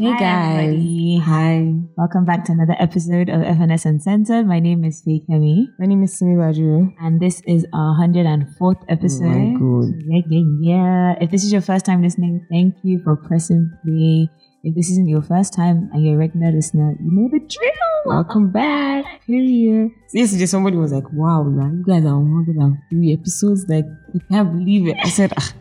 Hey Hi, guys. everybody. Hi. Welcome back to another episode of FNS Uncensored. My name is Faye Kemi, My name is Simi Bajuru. and this is our 104th episode. Oh God. Yeah, yeah, yeah. If this is your first time listening, thank you for pressing play. If this isn't your first time and you're a regular listener, you know the drill. Welcome back. Period. So yesterday somebody was like, wow, man, you guys are on 103 episodes. Like, I can't believe it. I said, ah,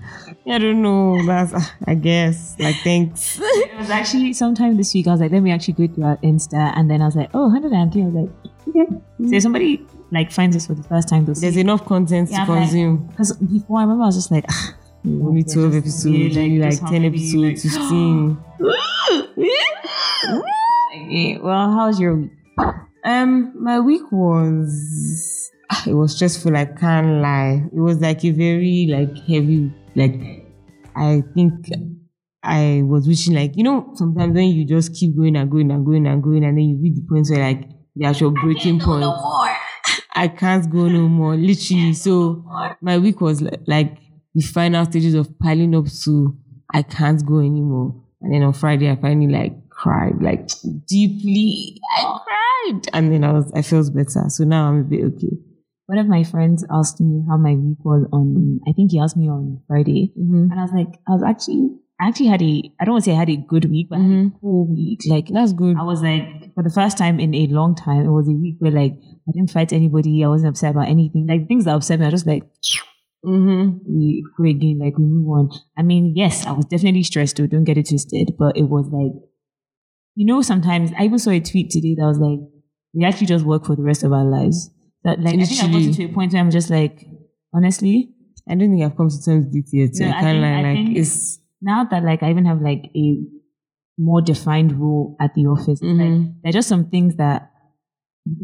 I don't know. That's, ah, I guess. Like, thanks. It was actually sometime this week, I was like, let me actually go through our Insta, and then I was like, oh, 103. I was like, okay. So if somebody like finds us for the first time, they'll see. There's enough content Yeah, to like- consume. Because before, I remember I was just like, ah, Only 12 episodes, only like, just 10 hungry, episodes, 15. Okay, eh, well, how's your week? Um, my week was ah, it was stressful. I can't lie. It was like a very like heavy. Like I think I was wishing like you know sometimes when you just keep going and going and going and going and then you reach the point where like the actual breaking point. I can't go no more. Literally, so my week was like, like the final stages of piling up to I can't go anymore. And then on Friday, I finally like cried, like deeply. I cried, and then I was I felt better. So now I'm a bit okay. One of my friends asked me how my week was on, I think he asked me on Friday. Mm-hmm. And I was like, I was actually, I actually had a, I don't want to say I had a good week, but I had Mhm. a cool week. Like, That's good. I was like, for the first time in a long time, it was a week where like, I didn't fight anybody. I wasn't upset about anything. Like, things that upset me, I just like, Mm-hmm. we go again, like we move on. I mean, yes, I was definitely stressed though, don't get it twisted, but it was like, you know, sometimes I even saw a tweet today that was like, we actually just work for the rest of our lives. That like, I think I've Literally. gotten to a point where I'm just like, honestly, I don't think I've come to terms with it yet. so No, I I think- can't lie. I Like think- it's now that like I even have like a more defined role at the office, Mhm. like there are just some things that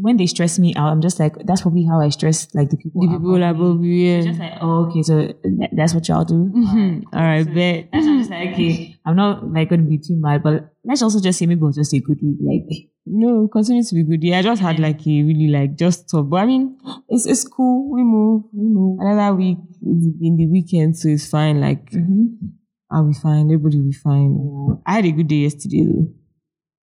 when they stress me out, I'm just like, that's probably how I stress like the people. the people above me. above you. It's Yeah. just like, oh, okay, so tha- that's what y'all do. Mhm. All right, bet. That's why I'm just like, okay, I'm not like going to be too mad, but let's also just say maybe it was just a good week. Like, No, continue to be good. Yeah, I just had like a really like just tough, but I mean, it's it's cool. We move, we move. Another week in the weekend, so it's fine. Like I'll be fine. Everybody will be fine. yeah. I had a good day yesterday though.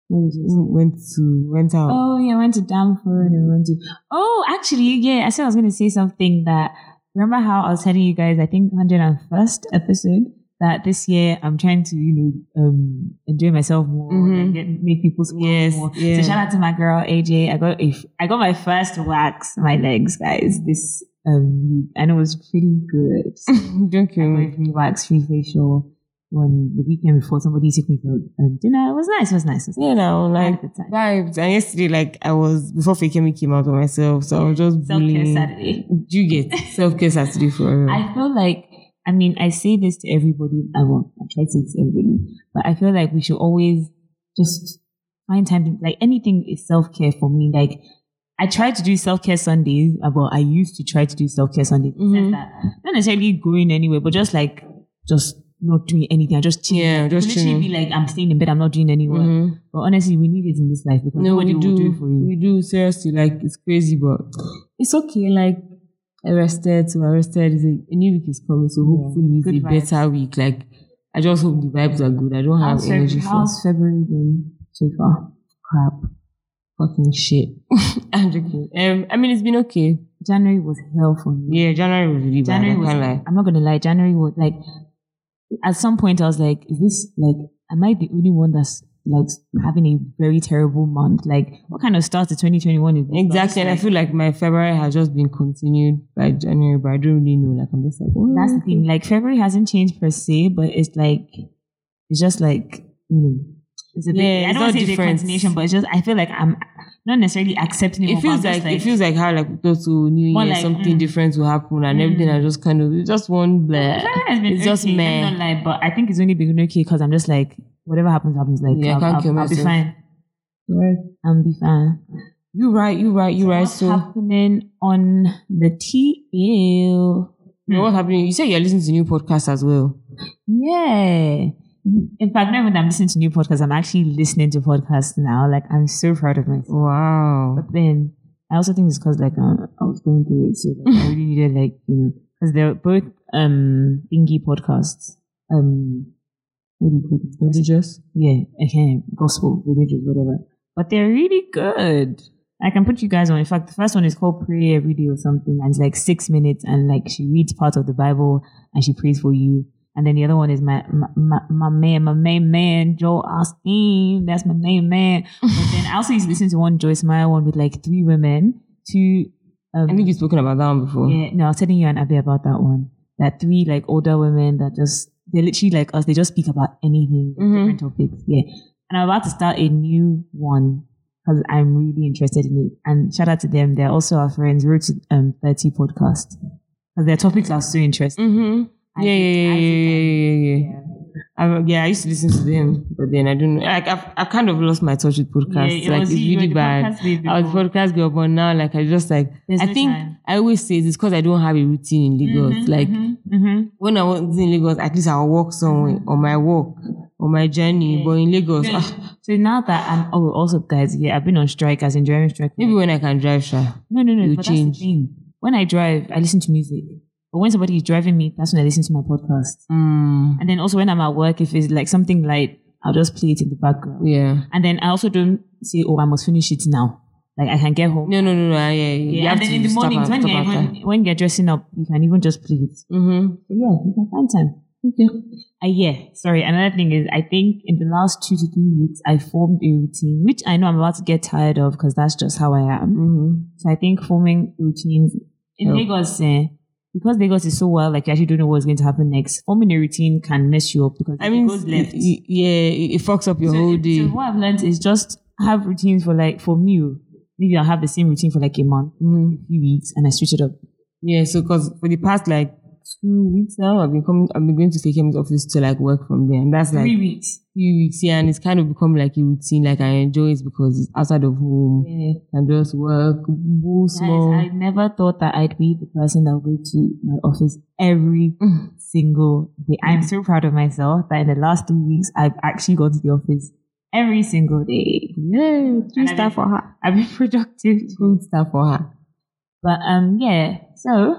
What was this? Mm, Went to went out. Oh yeah, I went to Danford and went to. Oh, actually, yeah, I said I was going to say something that. Remember how I was telling you guys? I think 101st episode that this year I'm trying to you know um enjoy myself more, Mhm. and get, make people smile Yes, more. yeah. So shout out to my girl AJ. I got if I got my first wax my legs, guys. This um and it was pretty good. So Don't I kill got me. a free wax, free facial. When the weekend before somebody took me to um, dinner, it was nice. It was nice. It was nice. You know, I had a like good time. vibes. And yesterday, like I was before Fakemi came out of myself, so I was just Self care bullying. Saturday. Do you get self care Saturday for real? I feel like, I mean, I say this to everybody. I won't. I try to say this to everybody, but I feel like we should always just find time. To, like anything is self care for me. Like I try to do self care Sundays. uh, Well, I used to try to do self care Sundays. in the sense Mhm. that Not necessarily going anywhere, but just like just not doing anything. I just chill. yeah, just Literally chilling. be like, I'm staying in bed. I'm not doing any work. Mhm. But honestly, we need it in this life because No, we nobody do. will do it for you. We do seriously. Like it's crazy, but it's okay. Like arrested to arrested is a, a new week is coming, so hopefully Good it's a vibes. better week. Like I just hope the vibes are good. I don't have How's energy February, for how's February been so far? Crap. fucking shit. I'm joking. Um, I mean it's been okay. January was hell for me. Yeah, January was really bad. January I was. can't lie. I'm not gonna lie. January was like, at some point I was like, is this like, am I the only one that's like having a very terrible month? Like, what kind of start to 2021 is this? Exactly, and I Like, feel like my February has just been continued by January, but I don't really know. Like I'm just like, oh, that's the thing. Like February hasn't changed per se, but it's like, it's just like, you know. It's a bit, Yeah, I it's don't not want to say it's a different. continuation, but it's just I feel like I'm not necessarily accepting it. It more, but I'm feels just like, it feels like how like we thought to New More Year like, something mm. different will happen and Mm. everything. I just kind of it's just one bleh. February has been It's just okay, meh. I'm not like, but I think it's only been okay because I'm just like, whatever happens, happens. Like, Yeah, I I'll, can't I'll- kill I'll be myself. fine. Right. I'll be fine. You right, you right, you right. What's So happening on the TL? you know what's happening? You say you're listening to new podcasts as well. Yeah. In fact, now when I'm listening to new podcasts, I'm actually listening to podcasts now. Like, I'm so proud of myself. Wow. But then I also think it's because like um, I was going through it, so like, I really needed like you know because they're both um thingy podcasts. Um, what do you call it? Religious. yeah, okay, gospel, religious, whatever. But they're really good. I can put you guys on. In fact, the first one is called Pray Every Day or something, and it's like six minutes, and like she reads part of the Bible and she prays for you. And then the other one is my my, my, my man, my main man, Joel Austin. That's my main man. But then I also used to listen to one Joyce Meyer one with like three women, two. Um, I think you've spoken about that one before. yeah, no, I was telling you and Abby about that one. That three like older women that just they're literally like us. They just speak about anything, Mhm. different topics. Yeah, and I'm about to start a new one because I'm really interested in it. And shout out to them. They're also our friends. Road to um, Thirty podcast because their topics are so interesting. Mm-hmm. I Yeah, yeah, think- yeah, I yeah, think yeah, yeah, yeah. I, yeah, I used to listen to them, but then I don't know. Like, I've, I've kind of lost my touch with I- podcasts. Yeah, it like, was it's you, you were really the bad. podcast babe I was before. podcast girl, but now, like, I just like, There's I no think time. I always say this because I don't have a routine in Lagos. Mhm, like, mhm, mhm. when I was in Lagos, at least I'll walk somewhere on my walk, on my journey. Mm-hmm. Yeah. But in Lagos, ah, so now that I'm oh also guys yeah I've been on strike as enduring strike maybe when I can drive, sure. No, no, no. But You that's change. the thing. When I drive, I listen to music. But when somebody is driving me, that's when I listen to my podcast. Mm, And then also when I'm at work, if it's like something light, I'll just play it in the background. yeah. And then I also don't say, oh, I must finish it now. Like I can get home. No, no, no, no. Yeah, yeah. You Yeah, have and then to in the stop mornings and- when stop you're, after. even, when you're dressing up, you can even just play it. Mm-hmm. So yeah, you can find time. Okay. Uh, yeah, sorry. Another thing is, I think in the last two to three weeks, I formed a routine, which I know I'm about to get tired of because that's just how I am. Mm-hmm. So I think forming routines in Yeah. Lagos, eh, because Lagos is so wild, like you actually don't know what's going to happen next. Forming a routine can mess you up because I mean, it goes left. y- y- yeah, it, it fucks up your so, whole it- day. so what I've learned is just have routines for like for me. oh, Maybe I'll have the same routine for like a month, Mhm. a few weeks, and I switch it up. Yeah, so because for the past like two weeks now, I've been coming, I've been going to Fakem's office to like work from there, and that's like Three three weeks. weeks. Yeah, and it's kind of become like a routine. Like I enjoy it because it's outside of home. Yeah. I can just work, boo Guys, small. I never thought that I'd be the person that would go to my office every Mm. single day. I'm so proud of myself that in the last two weeks, I've actually gone to the office every single day. yeah, three And I star mean- for her. I've been productive. Two star for her. But um, yeah. So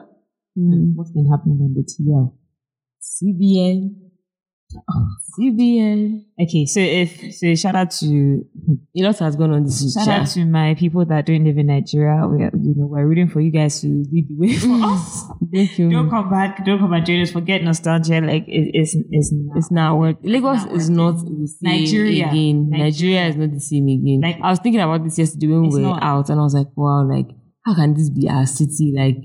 hmm, what's been happening on the TL? CBN, CBN. Okay, so if so, shout out to A lot has gone on this week. shout sha. out to my people that don't live in Nigeria. We are, you know we're rooting for you guys to lead the way for us. Thank you. Don't come back. Don't come and join us. Forget nostalgia. Like it, it's it's not. It's not worth. Lagos not is worth not it. the same Nigeria. again. Nigeria. Nigeria. is not the same again. Like- I was thinking about this yesterday when It's we were not. out, and I was like, wow, like how can this be our city? Like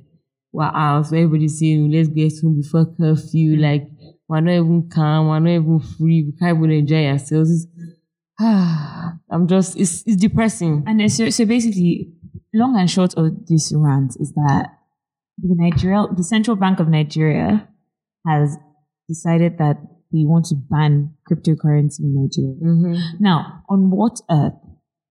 we're out, so everybody's saying let's get home before curfew. Mm. Like we're not even calm, we're not even free. We can't even enjoy ourselves. It's, I'm just it's it's depressing. And then so so basically, long and short of this rant is that the Nigeria, the Central Bank of Nigeria, has decided that they want to ban cryptocurrency in Nigeria. hmm Now, on what earth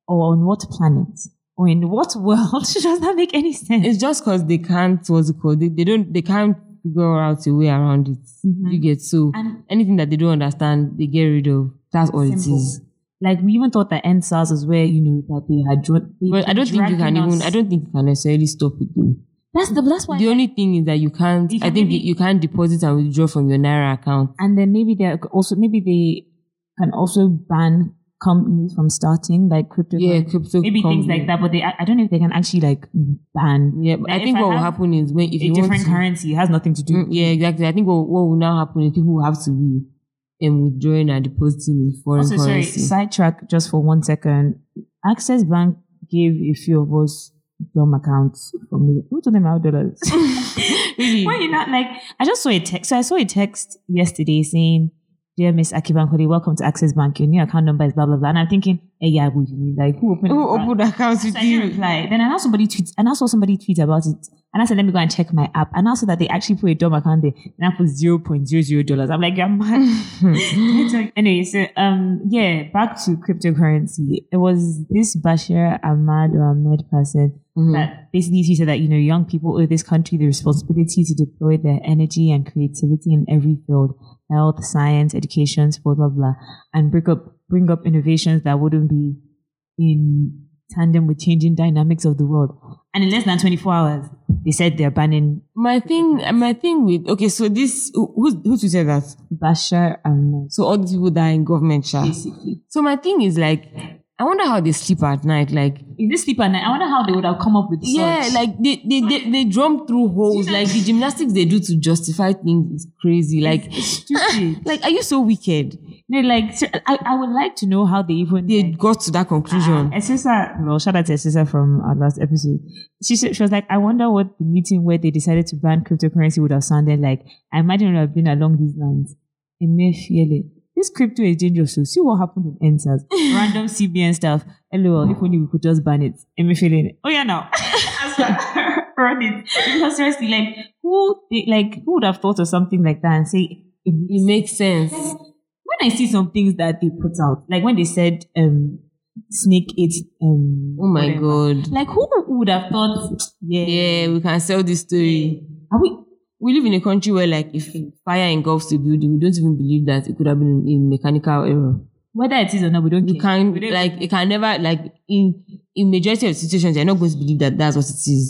or on what planet or in what world does that make any sense? It's just because they can't what's it called? They, they don't they can't figure out a way around it. Mhm. You get so and anything that they don't understand, they get rid of. That's all simple. it is. Like we even thought that end SARS was where you know that they had drawn. they But I keep don't think you can dragging even. us. I don't think you can necessarily stop it. Though. That's the that's why. The only thing is that you can't. You I can think maybe- you can't deposit and withdraw from your naira account. and then maybe they also maybe they can also ban companies from starting like crypto. Yeah, crypto. maybe things company. like that. But they I I don't know if they can actually like ban Yeah, but Like, I if think I what will have happen is when if a you want different to, currency. It has nothing to do. Mm, yeah, exactly. I think what, what will now happen is people will have to be um, withdrawing and depositing in foreign Also, sorry, currency. sidetrack just for one second. Access Bank gave a few of us dumb accounts from the who told them our dollars. Really? Why you not like? I just saw a text. So I saw a text yesterday saying, "Dear Miss Akibankole, welcome to Access Bank. Your new account number is blah blah blah." And I'm thinking, "Hey, yeah, would you like who opened?" Who the bank?" opened accounts So with I didn't you? reply. Then I now somebody tweets, and I saw somebody tweet about it, and I said, "Let me go and check my app." And I saw that they actually put a dumb account there, and I put zero point zero zero dollars. I'm like, "You're mad." anyway, so um, yeah, back to cryptocurrency. It was this Bashir Ahmad or Ahmed person Mhm. that basically he said that you know young people owe this country the responsibility to deploy their energy and creativity in every field, health, science, education, blah blah blah, and bring up bring up innovations that wouldn't be in tandem with changing dynamics of the world. And in less than 24 hours, they said they're banning My thing, my thing with okay. So this who who who tweeted that? Bashar and So all these people that are in government charge. basically. So my thing is like, I wonder how they sleep at night. Like, Is this sleep at night? I wonder how they would have come up with such. yeah, like they they they, they drum through holes. Like the gymnastics they do to justify things is crazy. Like, stupid. like are you so wicked? they like ser- I, I would like to know how they even They like, got to that Ah, conclusion. Esisa, no, shout out to Esisa from our last episode. She said she was like, I wonder what the meeting where they decided to ban cryptocurrency would have sounded like. I imagine it would have been along these lines. Emefiele, this crypto is dangerous. So see what happened in NSAS. Random CBN stuff. LOL, if only we could just ban it. Emefiele, oh yeah, now. As well, Run it. Because seriously, like who, like who would have thought of something like that and say it It makes sense. when I see some things that they put out, like when they said um snake ate um Oh my whatever. god. Like who would have thought yeah, Yeah, we can sell this story. are we We live in a country where, like, if fire engulfs the building, we don't even believe that it could have been a mechanical error. whether it is or not, we don't You care. can We don't- like it can never like in in majority of situations you're not going to believe that that's what it is.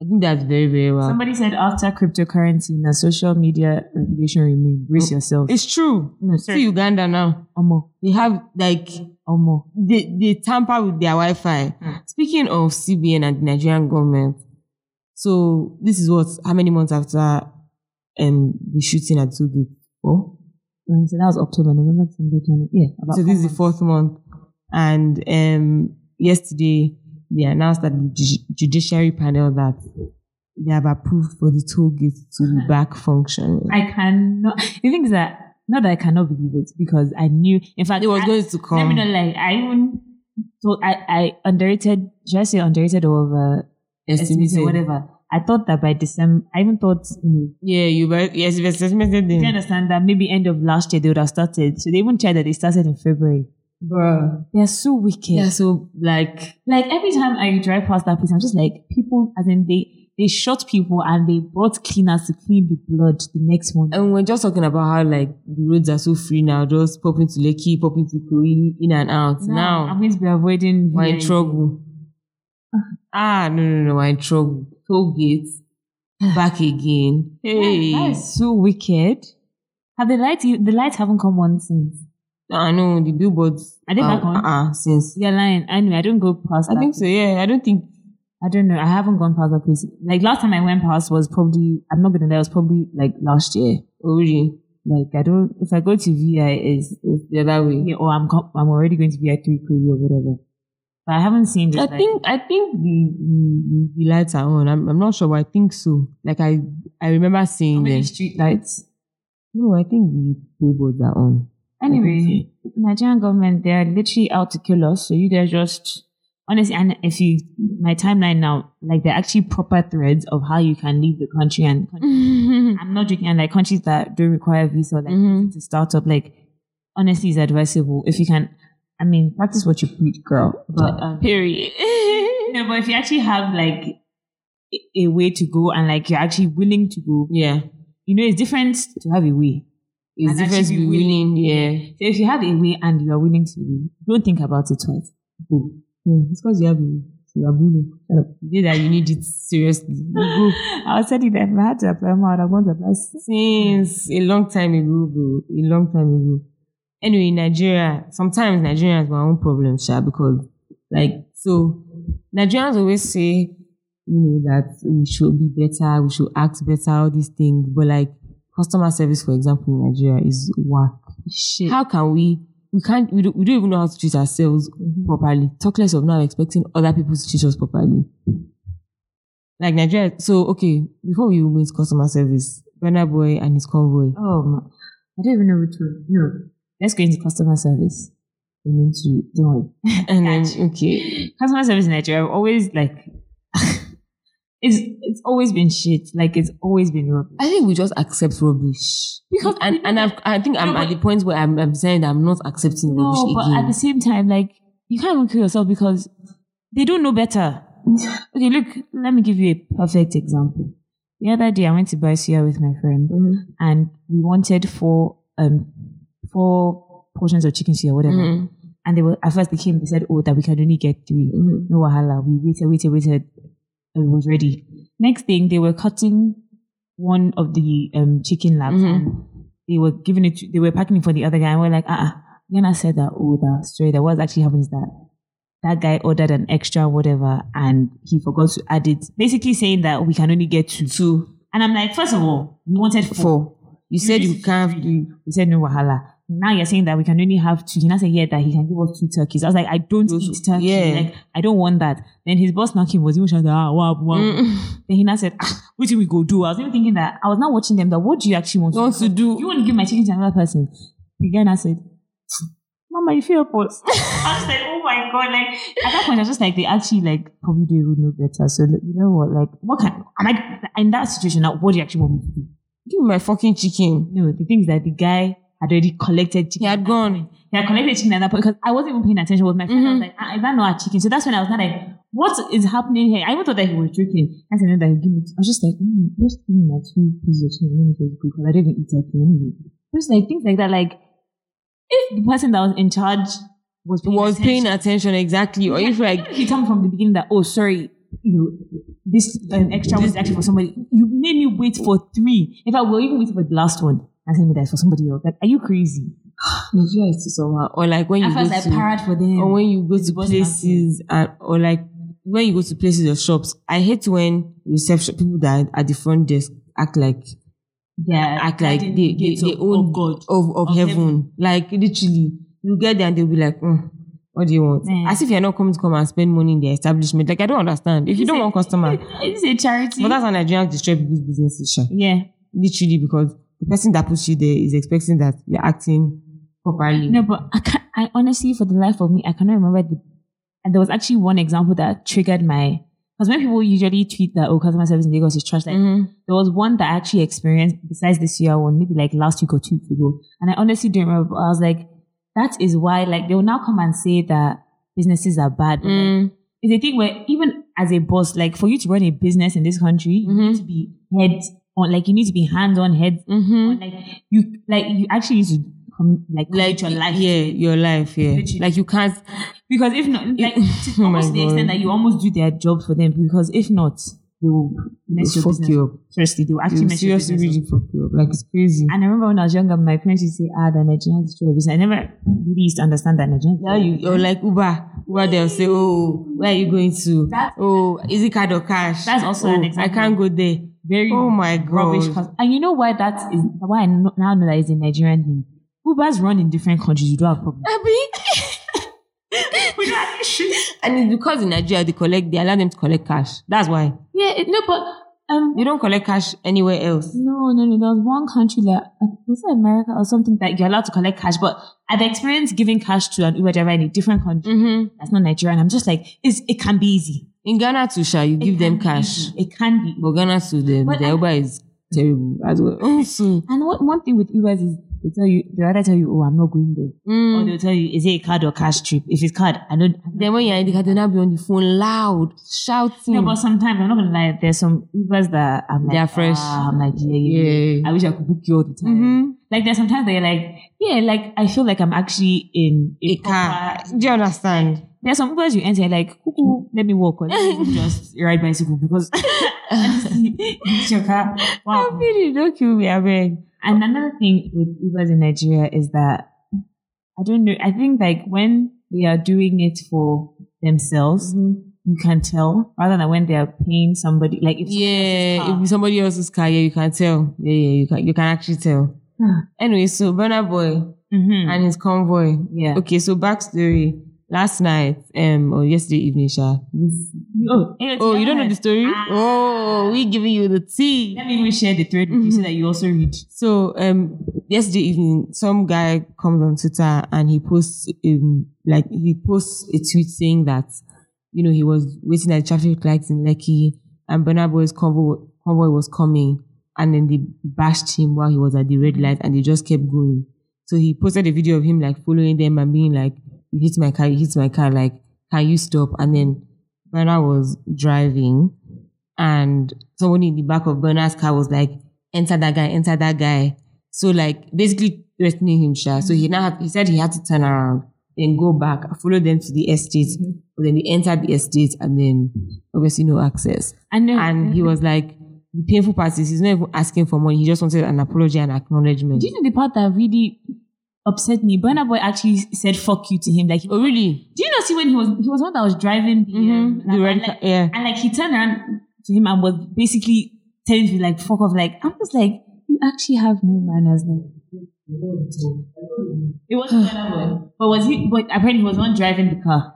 I think that's very very well. somebody said after cryptocurrency now social media regulation remain. Brace yourself. Oh. it's true. No, See sorry. Uganda now, Omo, they have like omo. they they tamper with their Wi-Fi. Mm. Speaking of CBN and the Nigerian government, so this is what how many months after um the shooting at Two Gate? Four. Mm, So that was October, November, December, January. Yeah, about so four this is the months. fourth month and um yesterday they announced that the ju- judiciary panel that they have approved for the toll gate to be back functioning I cannot. The thing is that not that I cannot believe it because I knew. In fact, it was I- going to Let me come not lie. I even told I, I underrated. Should I say underrated or uh, estimated? estimated. Whatever. I thought that by December. I even thought. You know, yeah you were yes you estimated Do you them understand that maybe end of last year they would have started? So they even tried that they started in February. bro They are so wicked. yeah so like Like every time I drive past that place, I'm just like people. As in they they shot people and they brought cleaners to clean the blood the next morning. and we're just talking about how like the roads are so free now just pop into Lekki pop into Kogi in and out now, I'm going to be avoiding. we're in VIP. trouble ah no no no we're in trouble toll gate back again hey That is so wicked. Have the lights? The lights haven't come on since. I know the billboards. Are they back on? Uh, uh, since You're lying. Anyway, I don't go past. I that think so. Yeah, I don't think. I don't know. I haven't gone past that place. Like last time I went past was probably I'm not gonna lie, it was probably like last year. Oh, really? Like I don't if I go to VIS It's the other way. yeah, or I'm com- I'm already going to VI three Korea or whatever. But I haven't seen this. I like- think I think the, the, the lights are on. I'm, I'm not sure, but I think so. Like I I remember how seeing many them. street lights. No, I think the billboards are on. Anyway, Nigerian government they are literally out to kill us. So you guys just honestly and if you my timeline now, like they're actually proper threads of how you can leave the country and mm-hmm. I'm not joking. And like countries that don't require visa, like Mhm. to start up, like honestly, is advisable if you can. I mean, practice what you preach, girl. But um, Period. no, but if you actually have like a- a way to go and like you're actually willing to go, yeah, you know, it's different to have a way. it's And different actually be be willing. Yeah, So if you have a way and you're willing to go, don't think about it twice. Go. yeah. It's because Hmm, you have you are willing. The day that you need it seriously, you go. I was telling them if I had to apply more, I would have gone to apply. s- since a long time ago, bro. A long time ago. Anyway, Nigeria, sometimes Nigerians were own problem, sha, because like so Nigerians always say, you know, that we should be better, we should act better, all these things. But like customer service, for example, in Nigeria is whack. Shit. How can we we can't we don't, we don't even know how to treat ourselves Mhm. properly. Talk less of now expecting other people to treat us properly. Like Nigeria, so okay, before we meet customer service, Burna Boy and his convoy. Oh, my. I don't even know which one. No. Let's go into customer service. We need to, don't worry. And then Gotcha. okay, customer service in Nigeria I've always like it's it's always been shit. Like it's always been rubbish. I think we just accept rubbish. Because And and I've, I think I'm No, at but- the point where I'm, I'm saying that I'm not accepting rubbish no, but at again. the same time, like you can't even kill yourself because they don't know better. okay, look, let me give you a perfect example. The other day I went to buy suya with my friend Mhm. and we wanted four um four portions of chicken suya, whatever. Mhm. And they were at first they came, they said, Oh, that we can only get three. Mhm. No wahala. We waited, waited, waited. it was ready. Next thing, they were cutting one of the um, chicken labs. Mhm. And they were giving it. To, they were packing it for the other guy, and we're like, ah, uh Yana said that. Oh, that straight. That what actually happens that that guy ordered an extra whatever, and he forgot to add it. Basically, saying that we can only get two. Two, And I'm like, first of all, we wanted four. four. You said just- you can't do We said no wahala. Now you're saying that we can only have two. He now said yeah that he can give us two turkeys. I was like, I don't Those- eat turkey. yeah. Like I don't want that. Then his boss now came was even shouting, ah, wow, wow. Mm. Mm-hmm. Then he now said, ah, what do we go do? I was even thinking that I was now watching them that what do you actually want? What to do? You want to give my chicken to another person? The guy now said, Mama, you feel pulse. I was like, oh my god! Like at that point, I was just like, they actually like probably they would know better. So like, you know what? Like, what can am I in that situation now? What do you actually want me to do? Give me my fucking chicken. No, the thing is that the guy had already collected He chicken. had gone. He had collected chicken at that point because I wasn't even paying attention. With my friend, I Mhm. was like, ah, "Is that not our chicken?" So that's when I was not like, "What is happening here?" I even thought that he was joking. I said, "No, that he give me." I was just like, mm, "Just give me my two pieces of chicken. Let me just go because I didn't even eat turkey anyway." Just like things like that. Like if the person that was in charge was paying was attention, paying attention exactly. Or if like if you tell me from the beginning that oh sorry you know this um, extra was actually for somebody you made me wait for three in fact we were even waiting for the last one and tell me that's for somebody else like are you crazy Nigeria is too somehow. Or like when you Oh, at go first I to parried for them or when you go It's to boss dancing. places and or like when you go to places or shops. I hate when reception people that are at the front desk act like yeah act like guarding they the they, gates they of- own of oh God of, of Of heaven. heaven. Like literally, you get there and they'll be like, mm, what do you want? Yeah. As if you're not coming to come and spend money in their establishment. Like I don't understand. If you It's don't a- want customer, it's a charity but that's how Nigerians destroy people's businesses. sha. yeah Literally because the person that puts you there is expecting that you're acting properly. no but I can't I honestly for the life of me I cannot remember the and there was actually one example that triggered my because when people usually tweet that oh customer service in Lagos is trash like Mhm. There was one that I actually experienced besides this year one, maybe like last week or two weeks ago. And I honestly don't remember. But I was like, that is why, like, they will now come and say that businesses are bad. but, like, Mm, it's a thing where even as a boss, like, for you to run a business in this country, you Mhm. need to be head on, like, you need to be hands on, head mhm. on. Like, you, like, you actually need to, com- like, like your life. Yeah, your life. Yeah, Literally. like you can't. Because if not, like, to Oh my almost the extent God. that you almost do their job for them. Because if not, they will mess your fuck business. you up. Seriously, they will They actually will mess your seriously business. up. really fuck you up. Like it's crazy. And I remember when I was younger, my parents used to say, ah, the Nigerian is true. I never really used to understand that Nigerian. Now you or like Uber. Uber they'll say, Oh, where are you going to? That's- oh, is it card or cash? That's also oh, an I example. can't go there. very Oh my rubbish. god. cus- And you know why that is, why I kno- now know that is a Nigerian thing. Ubers run in different countries. You don't have problems. We don't have issues. and it's because in Nigeria they collect they allow them to collect cash. That's why. Yeah, it, no, but, um, You don't collect cash anywhere else. no, no, no. There was one country that, was it America or something that you're allowed to collect cash, but I've experienced giving cash to an Uber driver in a different country. Mm-hmm. That's not Nigerian. I'm just like, it's, it can be easy. In Ghana too, Sha, you It give them can be cash. easy. It can be. But Ghana too, the, But the I- Uber is oh, terrible as well. Also, And what, one thing with Ubers is they tell you they rather tell you, oh, I'm not going there, or mm, they'll tell you, is it a card or cash trip? If it's card, I don't. I don't- then when you're in the car, they'll not be on the phone loud, shouting. no, but sometimes I'm not gonna lie. There's some Ubers that I'm like, Hmm. They are fresh. "Ah," I'm like, yeah, yeah, yeah. yeah. I wish I could book you all the time. Mm-hmm. Like there's sometimes that you're like, yeah, like I feel like I'm actually in a, A car. proper- Do you understand? There's some Ubers you enter you're like, "Cuckoo, let me walk or let me just ride bicycle because honestly, it's your car. Wow. Really, don't kill me, I beg. And another thing with Ubers in Nigeria is that I don't know. I think like when they are doing it for themselves, Mm-hmm. you can tell rather than when they are paying somebody. Like if Yeah, car. if it's somebody else's car, yeah, you can tell. Yeah, yeah, you can you can actually tell. Hmm. Anyway, so Burner Boy Mhm. and his convoy. yeah. Okay, so backstory. Last night, um, or yesterday evening, Sha. this- Oh, eh, Oh, you don't know the story? Ah. Oh, we giving you the tea. Let me even share the thread with you so that you also read. So um yesterday evening, some guy comes on Twitter and he posts um like he posts a tweet saying that you know he was waiting at traffic lights in Lekki and Burna Boy's convoy convoy was coming and then they bashed him while he was at the red light and they just kept going. So he posted a video of him like following them and being like, "You hit my car, you hit my car, like can you stop?" And then Burna was driving and somebody in the back of Burna's car was like, enter that guy, enter that guy. So like basically threatening him, Sha. So he now had, he said he had to turn around, then go back, follow them to the estate. But then we entered the estate and then obviously no access. I know. And he was like, the painful part is he's not even asking for money. He just wanted an apology and acknowledgement. Do you know the part that really upset me? Burna Boy actually said "fuck you" to him. Like, do Oh, really? you not see when he was he was one that was driving the, um, Mhm. The red and, car- like, yeah. and like he turned around to him and was basically telling him like "fuck off." Like I was like, you actually have no manners. Like it wasn't Burna Boy, but was he? But apparently he was not driving the car.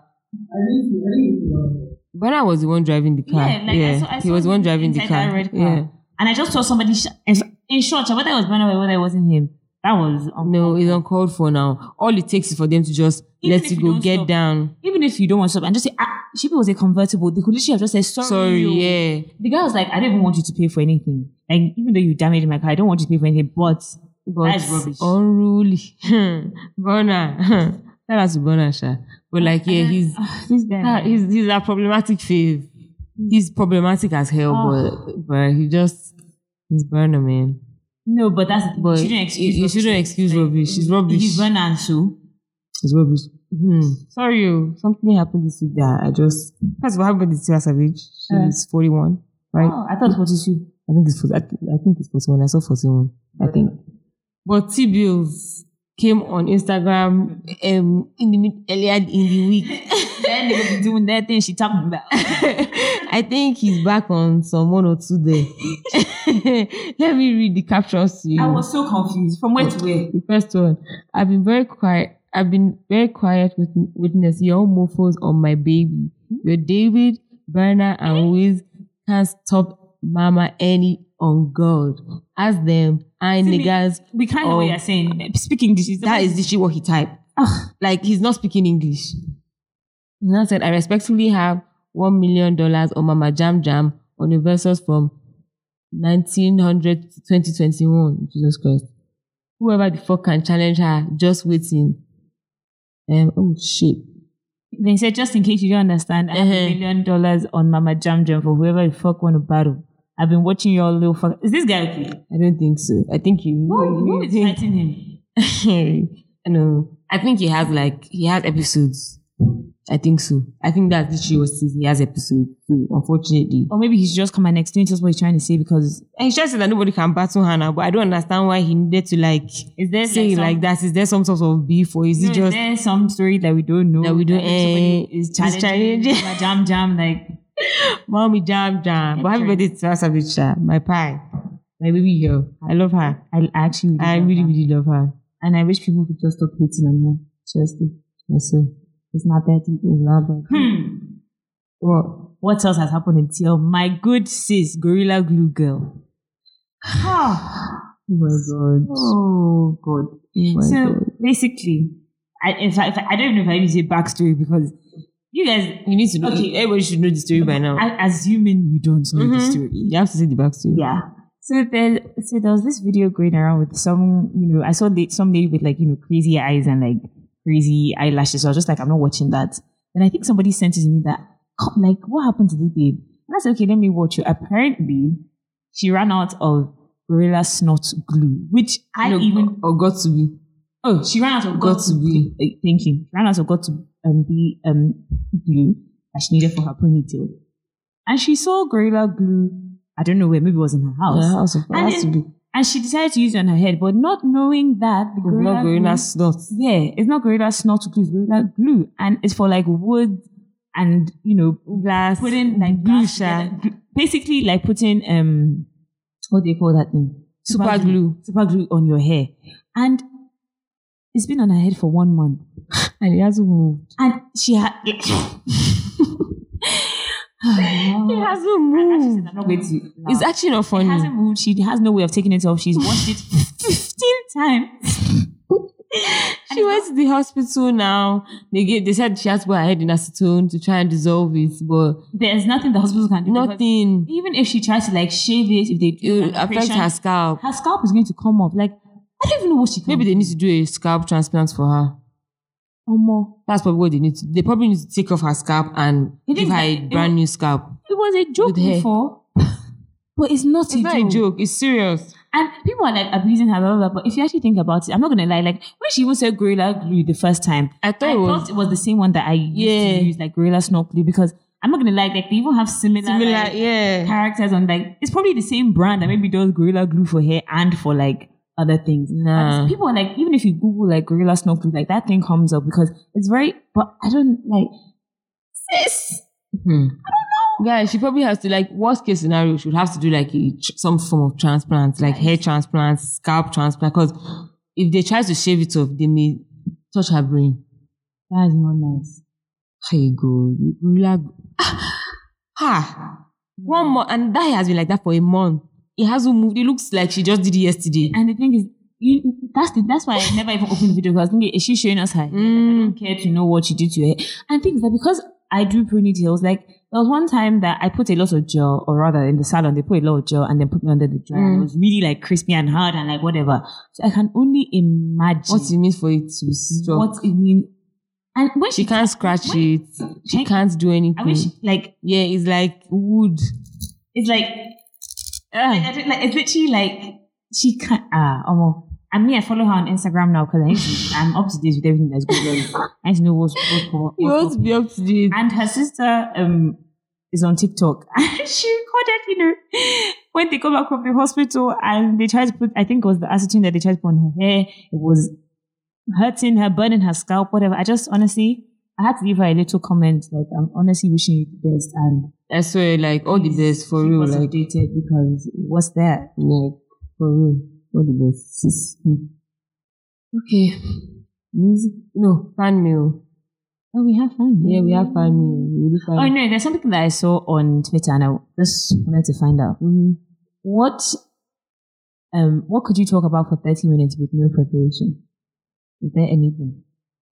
Bernard was the one driving the car. Yeah, like I saw, I he saw was the him one driving the inside car. That red car. Yeah. And I just saw somebody sh- in- in short, whether it was Bernard or whether it wasn't him. That was um, No, it's uncalled for now. All it takes is for them to just Even let if you you go, don't get stop. down. even if you don't want to stop and just say, ah, she was a convertible. They could literally have just said sorry. Sorry, yo." yeah. The guy was like, I don't even want you to pay for anything. Like even though you damaged my car, I don't want you to pay for anything. But But That's rubbish. unruly. Burner. Tell us Burner, Sha. But like, yeah, And then- he's ah, this guy. Ah, he's he's a problematic fave. He's problematic as hell, Ah. but but he just he's burner man. no, but that's the thing. But you shouldn't excuse. you, you rubbish. shouldn't excuse Like, rubbish. It's rubbish. He's Bernard and Sue. It's rubbish. Hmm. Sorry, oh, something happened this week that I just first of all, happened to Sarah Savage. Uh. She's forty one, right? Oh, I thought it was Sue. I think it's 40, I, think, I think it's 41. I saw 41. I think. But T Bills came on Instagram um in the mid, earlier in the week. then they could be doing that thing she talked about. I think he's back on some one or two there. Let me read the captions to you. I was so confused from where to where. the first one. I've been very quiet. I've been very quiet with witness your mofos on my baby. Your David, Bernard, and Wiz can't stop Mama any on God. Ask them, I See me- niggas. We kind of Oh. what you're saying. Speaking this is the That way- is the shit what he typed. Ugh. Like he's not speaking English. He now said, I respectfully have one million dollars on Mama Jam Jam on a versus from 1900 to 2021. Jesus Christ. Whoever the fuck can challenge her, just waiting. Um, oh shit. They said, just in case you don't understand, I have a Uh-huh. million dollars on Mama Jam Jam for whoever the fuck want to battle. I've been watching your little fuck. Is this guy okay? I don't think so. I think you. Who, who you is think- fighting him? I know. I think he has like he has episodes. I think so. I think that's the she was he has episodes. So unfortunately, Or maybe he's just come and explain to us what he's trying to say because And it's just that nobody can battle Hannah, but I don't understand why he needed to like is there say it some, like that. Is there some sort of beef or is no, it just is there some story that we don't know That we don't- maybe eh, somebody is is challenging challenging. Mama Jam Jam like mommy jam jam? But happy Actually. birthday to Sarah Savage, Sha, my pie, my baby girl. I love her. I actually really I love really, her. really love her. and I wish people could just stop hating on her. Seriously, Yes, sir. it's not that deep. We love her. Hmm. What? What else has happened in TL? My good sis, Gorilla Glue Girl. Oh my god. oh God. Oh my so God. basically, I, if I, if I, I don't know if I need to say backstory because you guys, You need to know. Okay. Everybody should know the story by now. I, assuming you don't know the Mhm. story. You have to see the backstory. Yeah. So there, so there was this video going around with some, you know, I saw la- some lady with like, you know, crazy eyes and like crazy eyelashes. So I was just like, I'm not watching that. And I think somebody sent it to me that, "Come, like, what happened to this babe? And I said, okay, let me watch you. Apparently, she ran out of Gorilla Snot glue, which I No, even, or got to be. oh, she ran out of Got to be. like, thank you. Ran out of got to um, be um, glue that she needed for her ponytail. And she saw Gorilla glue, I don't know where, maybe it was in her house. Yeah, also, And has to then- be. And she decided to use it on her head, but not knowing that the gorilla Not going glue, as not. yeah, it's not gorilla snot glue, it's gorilla glue, and it's for like wood and you know Glass. putting like glue, glass sha. together. Gl- basically like putting um what do you call that thing Super glue. super glue on your hair, and it's been on her head for one month, And it hasn't moved. and she had. It Yeah, hasn't she moved. said, I'm not going to. laugh." It's actually not It funny. hasn't moved. She has no way of taking it off. She's washed it 15 times. And She it's went to the hospital now. They gave, they said she has to go ahead in acetone to try and dissolve it, but There's nothing the hospital can do. because nothing. Even if she tries to like shave it, if they do an It affects her operation, scalp. her scalp is going to come off. Like, I don't even know what she can Maybe they do. need to do a scalp transplant for her. Or more. That's probably what they need. To, they probably need to take off her scalp and It give is her like- a it- brand new scalp. It was a joke With hair. before, but it's not It's a not joke. a joke. It's serious. And people are like abusing her, blah, blah, blah. But if you actually think about it, I'm not gonna lie. Like when she even said Gorilla Glue the first time, I thought I it was thought it was the same one that I used Yeah. to use, like Gorilla Snorkeling, because I'm not gonna lie, like they even have similar, similar. like, yeah. characters on like it's probably the same brand that maybe does Gorilla Glue for hair and for like other things. Nah. And people are like, even if you Google like Gorilla Snow Glue, like that thing comes up because it's very. But I don't like sis. Hmm. Yeah, she probably has to like worst case scenario. She would have to do like a, tr- some form of transplant, like hair transplant, scalp transplant. Because if they try to shave it off, they may touch her brain. That is not nice. Hey, go, like, ha, Ah, one month, and that hair has been like that for a month. It hasn't moved. It looks like she just did it yesterday. And the thing is, you, that's the, that's why I never even opened the video because I was thinking, is she showing us her? hair? Like, I Mm. don't care to know what she did to her. hair. And things that because I do ponytails, like there was one time that I put a lot of gel, or rather in the salon they put a lot of gel and then put me under the dryer. and Mm. It was really like crispy and hard and like whatever. So I can only imagine What it means for it to be struck. what it means. And when She she, can't scratch it. She Thank- can't do I wish anything. like Yeah, it's like wood. Ah, it's like, like, I don't- like, it's literally like she can't. Ah, almost. I mean, I follow her on Instagram now because I need to, I'm up to date with everything that's going on. I need to know what's what's, what's, You what's ought to be up to date. and her sister um is on TikTok. And she recorded, you know, when they come back from the hospital and they tried to put, I think it was the acetone that they tried to put on her hair. It was hurting her, burning her scalp, whatever. I just honestly, I had to leave her a little comment. Like, I'm honestly wishing you the best. And I swear, like all the best for keep real, us like updated because what's that? like for real, all the best. sis. Hmm. Okay, music. No fan mail. Oh, we have fun. Mm. Yeah, we have fan mail. We do fan. Oh, no, there's something that I saw on Twitter and I just wanted to find out. Mhm. What um what could you talk about for 30 minutes with no preparation? Is there anything?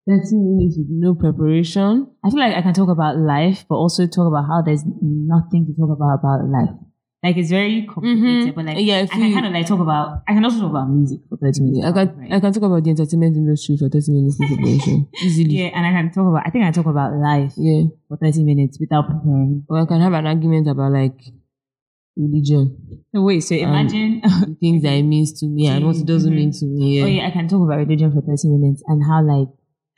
Thirty minutes with no preparation. I feel like I can talk about life, but also talk about how there's nothing to talk about about life. Like it's very complicated, Mhm. but like Yeah, I if can you- kind of like talk about. I can also talk about music for 30 minutes. I can right? I can talk about the entertainment industry for thirty minutes with preparation easily. yeah, and I can talk about. I think I talk about life yeah. for 30 minutes without preparing. Or I can have an argument about like religion, So wait, Um, so imagine. the things that it means to me and what it doesn't Mhm. mean to me. Yeah. oh yeah, I can talk about religion for 30 minutes and how like.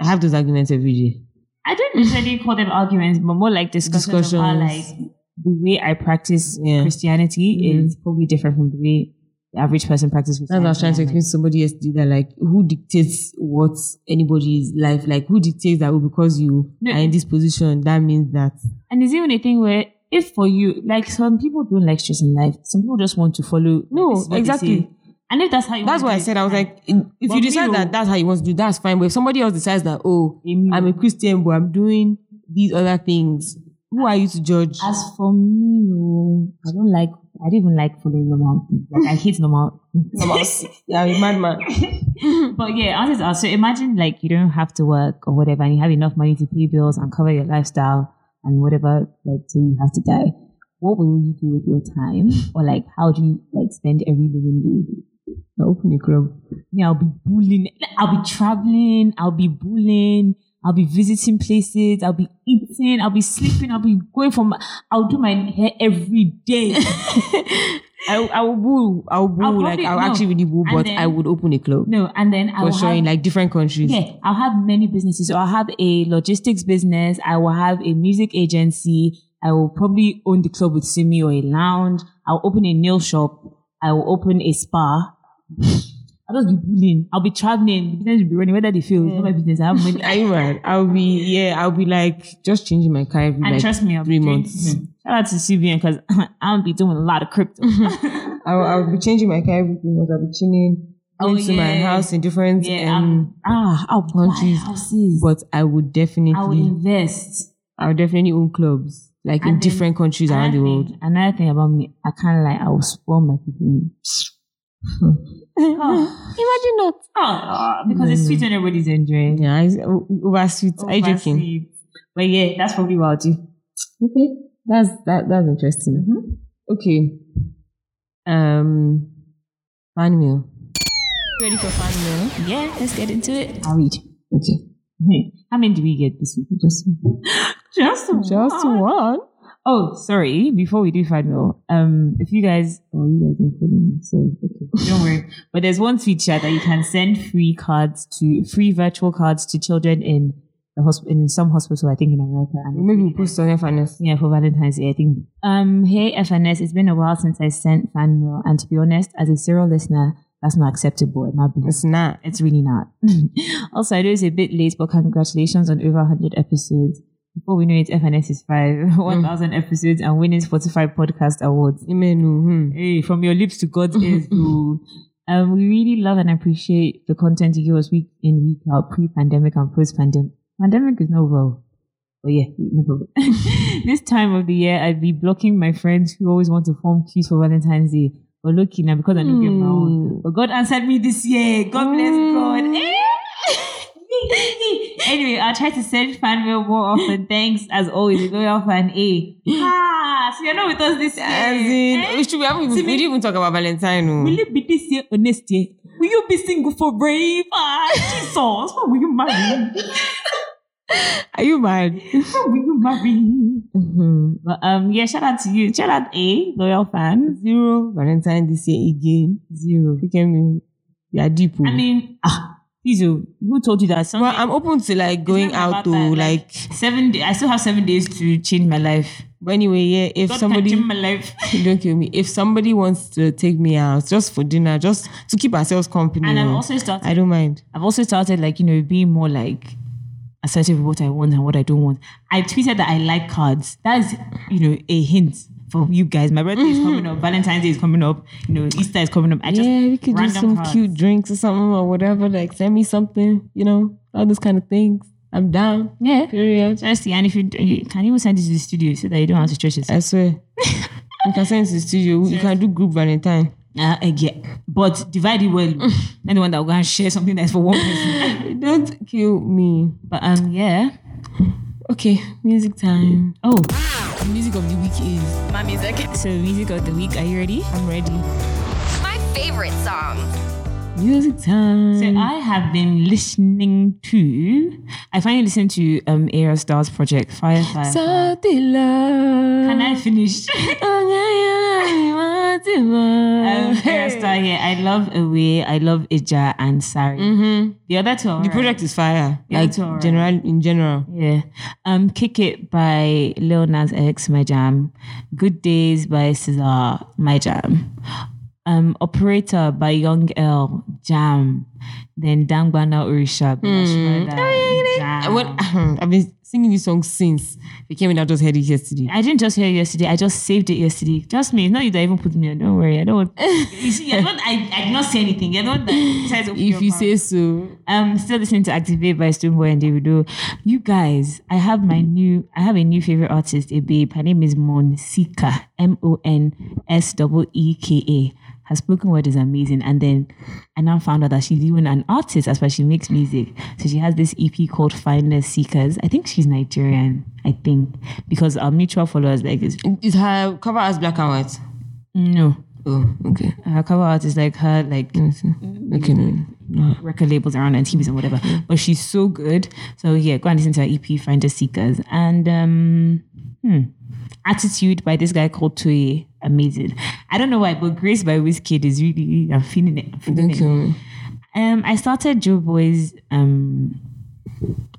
I have those arguments every day. I don't necessarily call them arguments, but more like discussions, of how like Discussions. the way I practice Yeah. Christianity Mhm. is probably different from the way the average person practices That's Christianity. what I was trying to I'm like, explain to somebody yesterday that like who dictates what anybody's life, like who dictates that oh, because you No. are in this position, that means that And there's even a thing where if for you, like some people don't like stress in life, some people just want to follow. No, this is what they exactly. say. And if that's how you that's want why to I do it, said I was fine. like in- if But you me, decide oh. that that's how you want to do, that's fine. But if somebody else decides that oh Amen. I'm a Christian but I'm doing these other things, who are you to judge? As for me, no, I don't like. I don't even like following normal things. Like I hate normal. yeah, I'm a madman. But yeah, I wanted to ask. So imagine like you don't have to work or whatever, and you have enough money to pay bills and cover your lifestyle and whatever, like till you have to die. What will you do with your time, or like how do you like spend every living day? I open a club. Yeah, I'll be bullying. I'll be traveling. I'll be bullying. I'll be visiting places. I'll be eating. I'll be sleeping. I'll be going for my. I'll do my hair every day. I I will boo, I will boo, I'll like probably- I'll no. actually really boo, And but then- I would open a club no, and then I for will sure have in like different countries. Yeah, I'll have many businesses. So I'll have a logistics business. I will have a music agency. I will probably own the club with Simi or a lounge. I'll open a nail shop. I will open a spa. I'll just be bullying. I'll be traveling. The business will be running. Whether they fail, it's not my business. I have money. Are you mad? I'll be yeah, I'll be like just changing my car every and like trust me, I'll three be doing- months. Mhm. Shout out to CBN because I'll be doing a lot of crypto. I'll, I'll be changing my car every three months. I'll be chilling Oh, going to my yeah. house in different yeah, um I'm- ah, I'll buy countries. houses. but I I would will definitely invest. I would definitely own clubs like in And then- different countries around the Another world. thing- Another thing about me, I can't lie, I will spoil my people. Oh. Imagine not. Oh, because it's sweet when everybody's enjoying. Yeah, it's o- oversweet. Are you joking? Overseas. But yeah, that's probably what I'll do. Okay. That's that that's interesting. Mm-hmm. Okay. Um fan mail. Ready for fan mail? Yeah, let's get into it. I'll read. Okay. How many do we get this week? Just Just just one. Ah. one. Oh, sorry. Before we do final, um, if you guys, oh, you guys are following me, so okay, don't worry. But there's one feature that you can send free cards to, free virtual cards to children in the hosp- in some hospital, I think in America. And Maybe we post on FNS. yeah, for Valentine's Day, I think. Um, hey FNS, it's been a while since I sent fan mail, and to be honest, as a serial listener, that's not acceptable in my book. It's not. It's really not. also, I know it's a bit late, but congratulations on over 100 episodes. Before we know it, FNS is five, 1,000 episodes, and winning Spotify Podcast Awards. Imenu. Hmm. Hey, from your lips to God's ears, boo. Um, we really love and appreciate the content you give us week in, week out, pre-pandemic and post-pandemic. Pandemic is no well. But yeah, no problem. this time of the year, I'd be blocking my friends who always want to form queues for Valentine's Day. But lucky now, because I don't get my own. Hmm. But God answered me this year. God bless God. Eh. anyway, I'll try to send fan mail more often. Thanks, as always. We go off an A. Ah, so you're not with us this year. As in, Eh? we should we haven't even, we Simi- didn't even talk about Valentine. oh. Will it be this year or next year? Will you be single for brave? Ah, Jesus, when will you marry? Are you mad? When will you marry? Mhm. But um, yeah, shout out to you. Shout out A, loyal fans. Zero Valentine this year again. Zero. You get me? You are deep. oh. I mean, ah, Izu, who told you that? Some well, I'm open to like going not out about to that, like. like- seven days. I still have seven days to change my life. But anyway, yeah. If God somebody can change my life. don't kill me, if somebody wants to take me out just for dinner, just to keep ourselves company, And I'm oh, also starting. I don't mind. I've also started like you know being more like assertive with what I want and what I don't want. I tweeted that I like cards. That's you know a hint for you guys. My birthday is coming up. Valentine's Day is coming up. You know Easter is coming up. I just yeah, we could do random some cards. cute drinks or something or whatever. Like send me something, you know, all those kind of things. I'm down. Yeah. Period. Honestly, and if you, you can even send it to the studio so that you don't have to stretch it. I swear. you can send it to the studio. You can do group Valentine. Uh, eh, yeah. But divide it well. Anyone that will go and share something that's for one person. Don't kill me. But um, yeah. Okay, music time. Oh, The music of the week is My music. so music of the week. Are you ready? I'm ready. My favorite song. Music time. So I have been listening to. I finally listened to um Aero Stars project Firefly. Something love. Oh, Can I finish? um, Aero Star, yeah, I love Away, I love Ija and Sari. Mm-hmm. The other two, are The alright. project is fire. Yeah, like it's all right. general in general. Yeah. Um, Kick It by Lil Nas X, my jam. Good Days by Cesar, my jam. Um, Operator by Young L, jam. Then Dangbana Orisha Hmm. by Lashmada, jam. When, I've been singing this song since we came in. I just heard it yesterday. I didn't just hear it yesterday. I just saved it yesterday. Trust me, it's not you that even put me on. Don't worry. I don't. you see, I don't. I, I did not say anything. I don't. If you say so, I'm still listening to Activate by Stoneboy and Davido. You guys, I have my new, I have a new favorite artist, a babe. Her name is Monsika, M O N S E E K A. Her spoken word is amazing. And then I now found out that she's even an artist as well. She makes music. So she has this EP called Finders Seekers. I think she's Nigerian, I think, because our mutual followers like is is her cover as black and white? no. Oh, okay. Her cover art is like her like Let me see. Okay, no, no. record labels around and TVs and whatever. But she's so good. So yeah, go and listen to her EP, Finder Seekers. And um hmm, Attitude by this guy called Toye. Amazing. I don't know why, but Grace by Wizkid is really I'm feeling it. I'm feeling Don't it. kill me. Um I started Joe Boy's um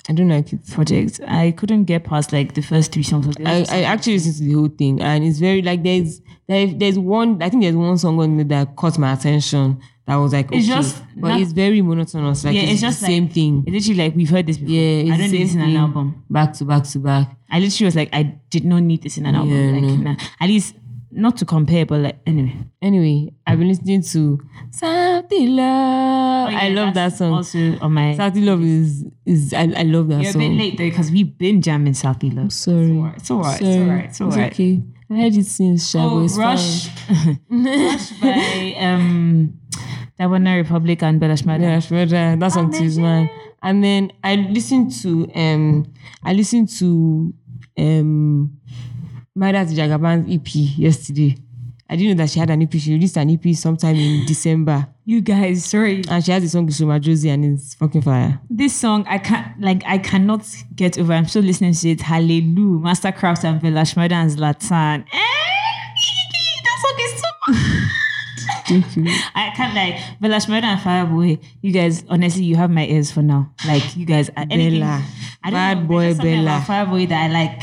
I don't like it. project. I couldn't get past like the first three songs of the I, I actually listened to the whole thing, and it's very like there's there, there's one I think there's one song on there that caught my attention that was like It's okay, just but not- it's very monotonous. Like Yeah, it's, it's just just the same like- thing. it's literally like we've heard this before. Yeah, it's I don't the need this same in an thing. album. Back to back to back. I literally was like, I did not need this in an album. Yeah, like, no. nah. At least not to compare, but like anyway. Anyway, I've been listening to Something Love. Oh, I yeah, love that that's song. Also on my Something Love is is I, I love that You're a song. bit late though because we've been jamming Southie Love. Sorry. It's alright. It's Sorry. alright. It's alright. It's alright. okay. I heard it since Shabo. Oh, it's Rush, Rush by um, Dabana Republic and Belashmada. Yeah, Shredder. That song is mine. And then I listened to um I listened to um Mada E Jagaban's EP yesterday. I didn't know that she had an EP. She released an EP sometime E in December. You guys, sorry. And she has a song with Shuma Josie and it's fucking fire. This song I can't like I cannot get over. I'm still listening to it. Hallelujah, Mastercraft and Villa Shmurda and Zlatan. Eh, that song is so Thank you. I can't like Bella Shmurda and Fireboy. You guys, honestly, you have my ears for now. Like you guys, are anything, Bella. I don't Bad know, boy there's just something Bella. about Fireboy that I like.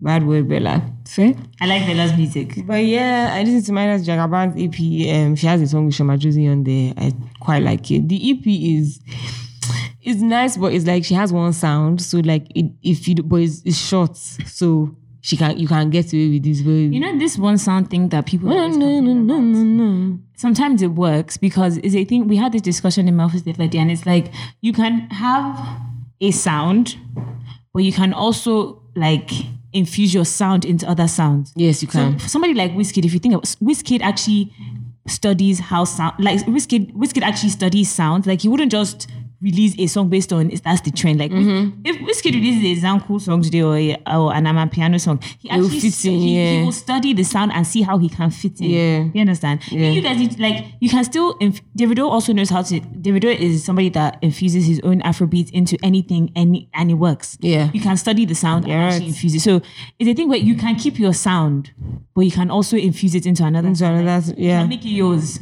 Bad boy Bella. Fair? I like Bella's music. But yeah, I listened to Minus Jagaban's EP. Um, she has a song with Shoma Josie on there. I quite like it. The EP is it's nice, but it's like she has one sound. So like it, if you do- but it's, it's short, so she can you can get away with this. But You know this one sound thing that people. no, always no, no, complain no, about? no, no. sometimes it works because it's a thing we had this discussion in my office the other day and it's like you can have a sound but you can also like infuse your sound into other sounds Yes, you so can. somebody like Wizkid, if you think about Wizkid actually studies how sound like Wizkid Wizkid actually studies sounds. Like he wouldn't just release a song based on is that's the trend. Like Mm-hmm. if Wizkid releases a Zanku song today or, oh, a- or an Ama piano song, he will actually fit s- in, he, he yeah. will study the sound and see how he can fit in. Yeah. You understand? Yeah. You guys need, like you can still inf- Davido also knows how to Davido is somebody that infuses his own Afrobeats into anything any and it works. Yeah. You can study the sound and You're actually right. infuse it. So it's a thing where you can keep your sound, but you can also infuse it into another. So another, You can yeah, make it yours.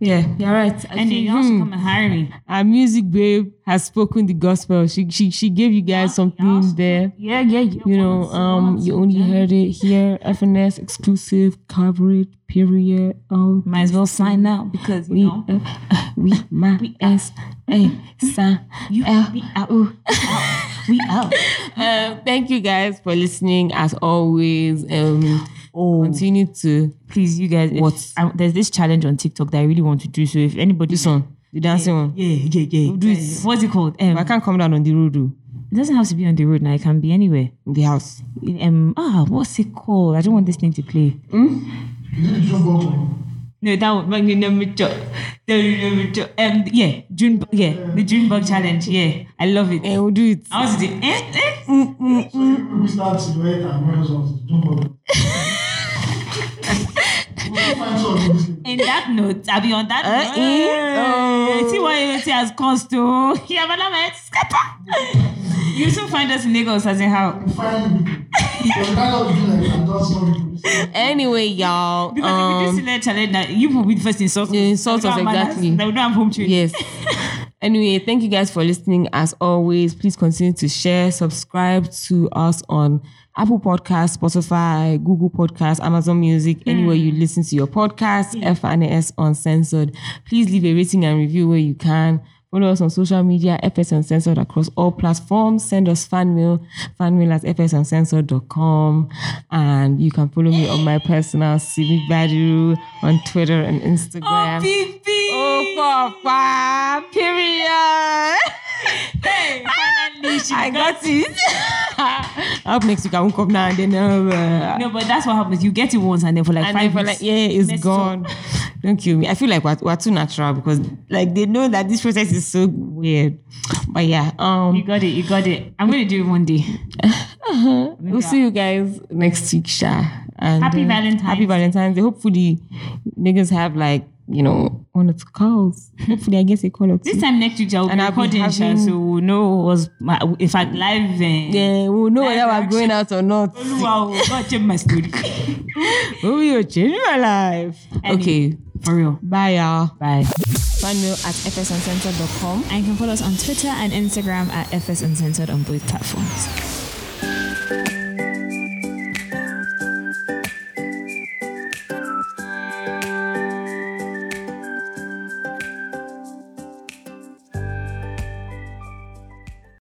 yeah, you're right. I And then think, you also hmm, come and hire me. our music babe has spoken the gospel. She she she gave you guys something also- there. Yeah, yeah, yeah. You know, um, you only heard it here. FNS exclusive coverage. Period. Oh, Might as well sign now because you we know uh, uh, we my s a sa you L- we out. We out. Uh, Thank you guys for listening. As always, um, continue to Please, you guys. if- What? I- there's this challenge on TikTok that I really want to do. So if anybody, this one, the dancing one. yeah, yeah, yeah, do it. yeah. What's it called? Um, I can't come down on the road though, it doesn't have to be on the road. Now it can be anywhere. in the house. Um, ah, what's it called? I don't want this thing to play. No, that one. Magnum number two. Number two. Um, yeah, June. bu- Yeah, the June bug challenge. Yeah, I love it. And we'll do it. I want to do. Eh, eh. We start cigarette and wear something. Don't bother. We'll find something. In that note, I'll be on that Uh, note. eh, oh. See what unity has caused to. Yeah, but I'm a You soon find us in Lagos as in how. We'll find people. Because we cannot be like that. That's not people. Anyway, y'all. Because if um, we do select challenge, now you will be the first insult. Yeah, insult us, exactly. Now we don't have home training. yes. Anyway, thank you guys for listening. As always, please continue to share, subscribe to us on Apple Podcasts, Spotify, Google Podcasts, Amazon Music, anywhere you listen to your podcast, FNS Uncensored. Please leave a rating and review where you can. Follow us on social media, FS Uncensored across all platforms. Send us fan mail, fan mail at fsuncensored.com. And you can follow me on my personal Simi Badu on Twitter and Instagram. Oh, baby. Oh, papa, period. Hey, finally, she I got got it. I hope next week I won't come now and then. Uh, No, but that's what happens. You get it once and then for like and five then for weeks. like, yeah, it's Messed gone. Don't kill me. I feel like we're, we're too natural because like they know that this process is so weird. But yeah, You um, got it, you got it. I'm gonna do it one day. we'll see you guys next week, Sha. And uh, Happy Valentine's Happy Valentine's Day. Hopefully, niggas have like you know one or two calls. Hopefully, I guess a call or two. This time next week, I'll And be I'll be recording, having- so we'll know was my, in fact live. eh, yeah, we'll know whether we're Direct- going out or not. Wow, God change my story. Oh, you changed my life. Okay. For real. Bye, y'all. Bye. Find me at fsuncensored.com. And you can follow us on Twitter and Instagram at FS Uncensored on both platforms.